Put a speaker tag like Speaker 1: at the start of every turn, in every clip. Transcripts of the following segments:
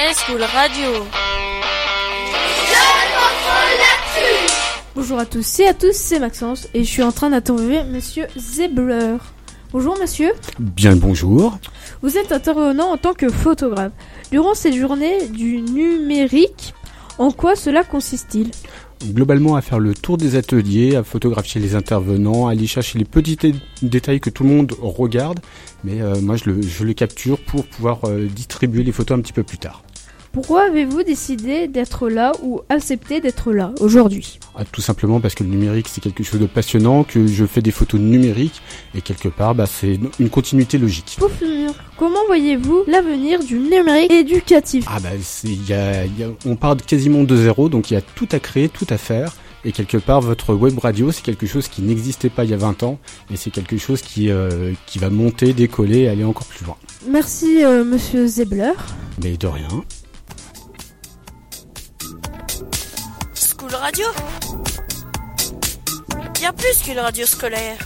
Speaker 1: Eh, School Radio.
Speaker 2: Bonjour à tous et à tous, c'est Maxence et je suis en train d'interviewer Monsieur Zebler. Bonjour Monsieur,
Speaker 3: Bien le bonjour.
Speaker 2: vous êtes intervenant en tant que photographe. Durant ces journées du numérique, en quoi cela consiste-t-il
Speaker 3: Globalement, à faire le tour des ateliers, à photographier les intervenants, à aller chercher les petits dé- détails que tout le monde regarde, mais euh, moi je le, je le capture pour pouvoir euh, distribuer les photos un petit peu plus tard.
Speaker 2: Pourquoi avez-vous décidé d'être là ou accepté d'être là aujourd'hui
Speaker 3: Ah, tout simplement parce que le numérique c'est quelque chose de passionnant, que je fais des photos numériques et quelque part bah, c'est une continuité logique.
Speaker 2: Pour finir, comment voyez-vous l'avenir du numérique éducatif
Speaker 3: Ah bah c'est, il y a- il y a- on part quasiment de zéro, donc il y a tout à créer, tout à faire. Et quelque part, votre web radio, c'est quelque chose qui n'existait pas il y a 20 ans, et c'est quelque chose qui, euh, qui va monter, décoller, et aller encore plus loin.
Speaker 2: Merci euh, Monsieur Zebler.
Speaker 3: Mais de rien.
Speaker 1: School Radio. Bien plus qu'une radio scolaire.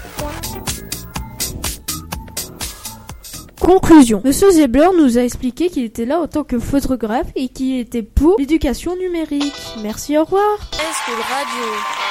Speaker 2: Conclusion. Monsieur Zebler nous a expliqué qu'il était là en tant que photographe et qu'il était pour l'éducation numérique. Merci, au revoir.
Speaker 1: Eh, School Radio.